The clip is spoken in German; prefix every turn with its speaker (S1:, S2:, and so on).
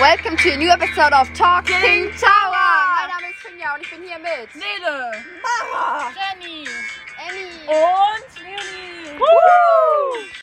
S1: Welcome to a new episode of Talking Tower.
S2: Tower.
S1: Mein Name ist Finja und ich bin hier mit.
S2: Nele! Mama! Jenny!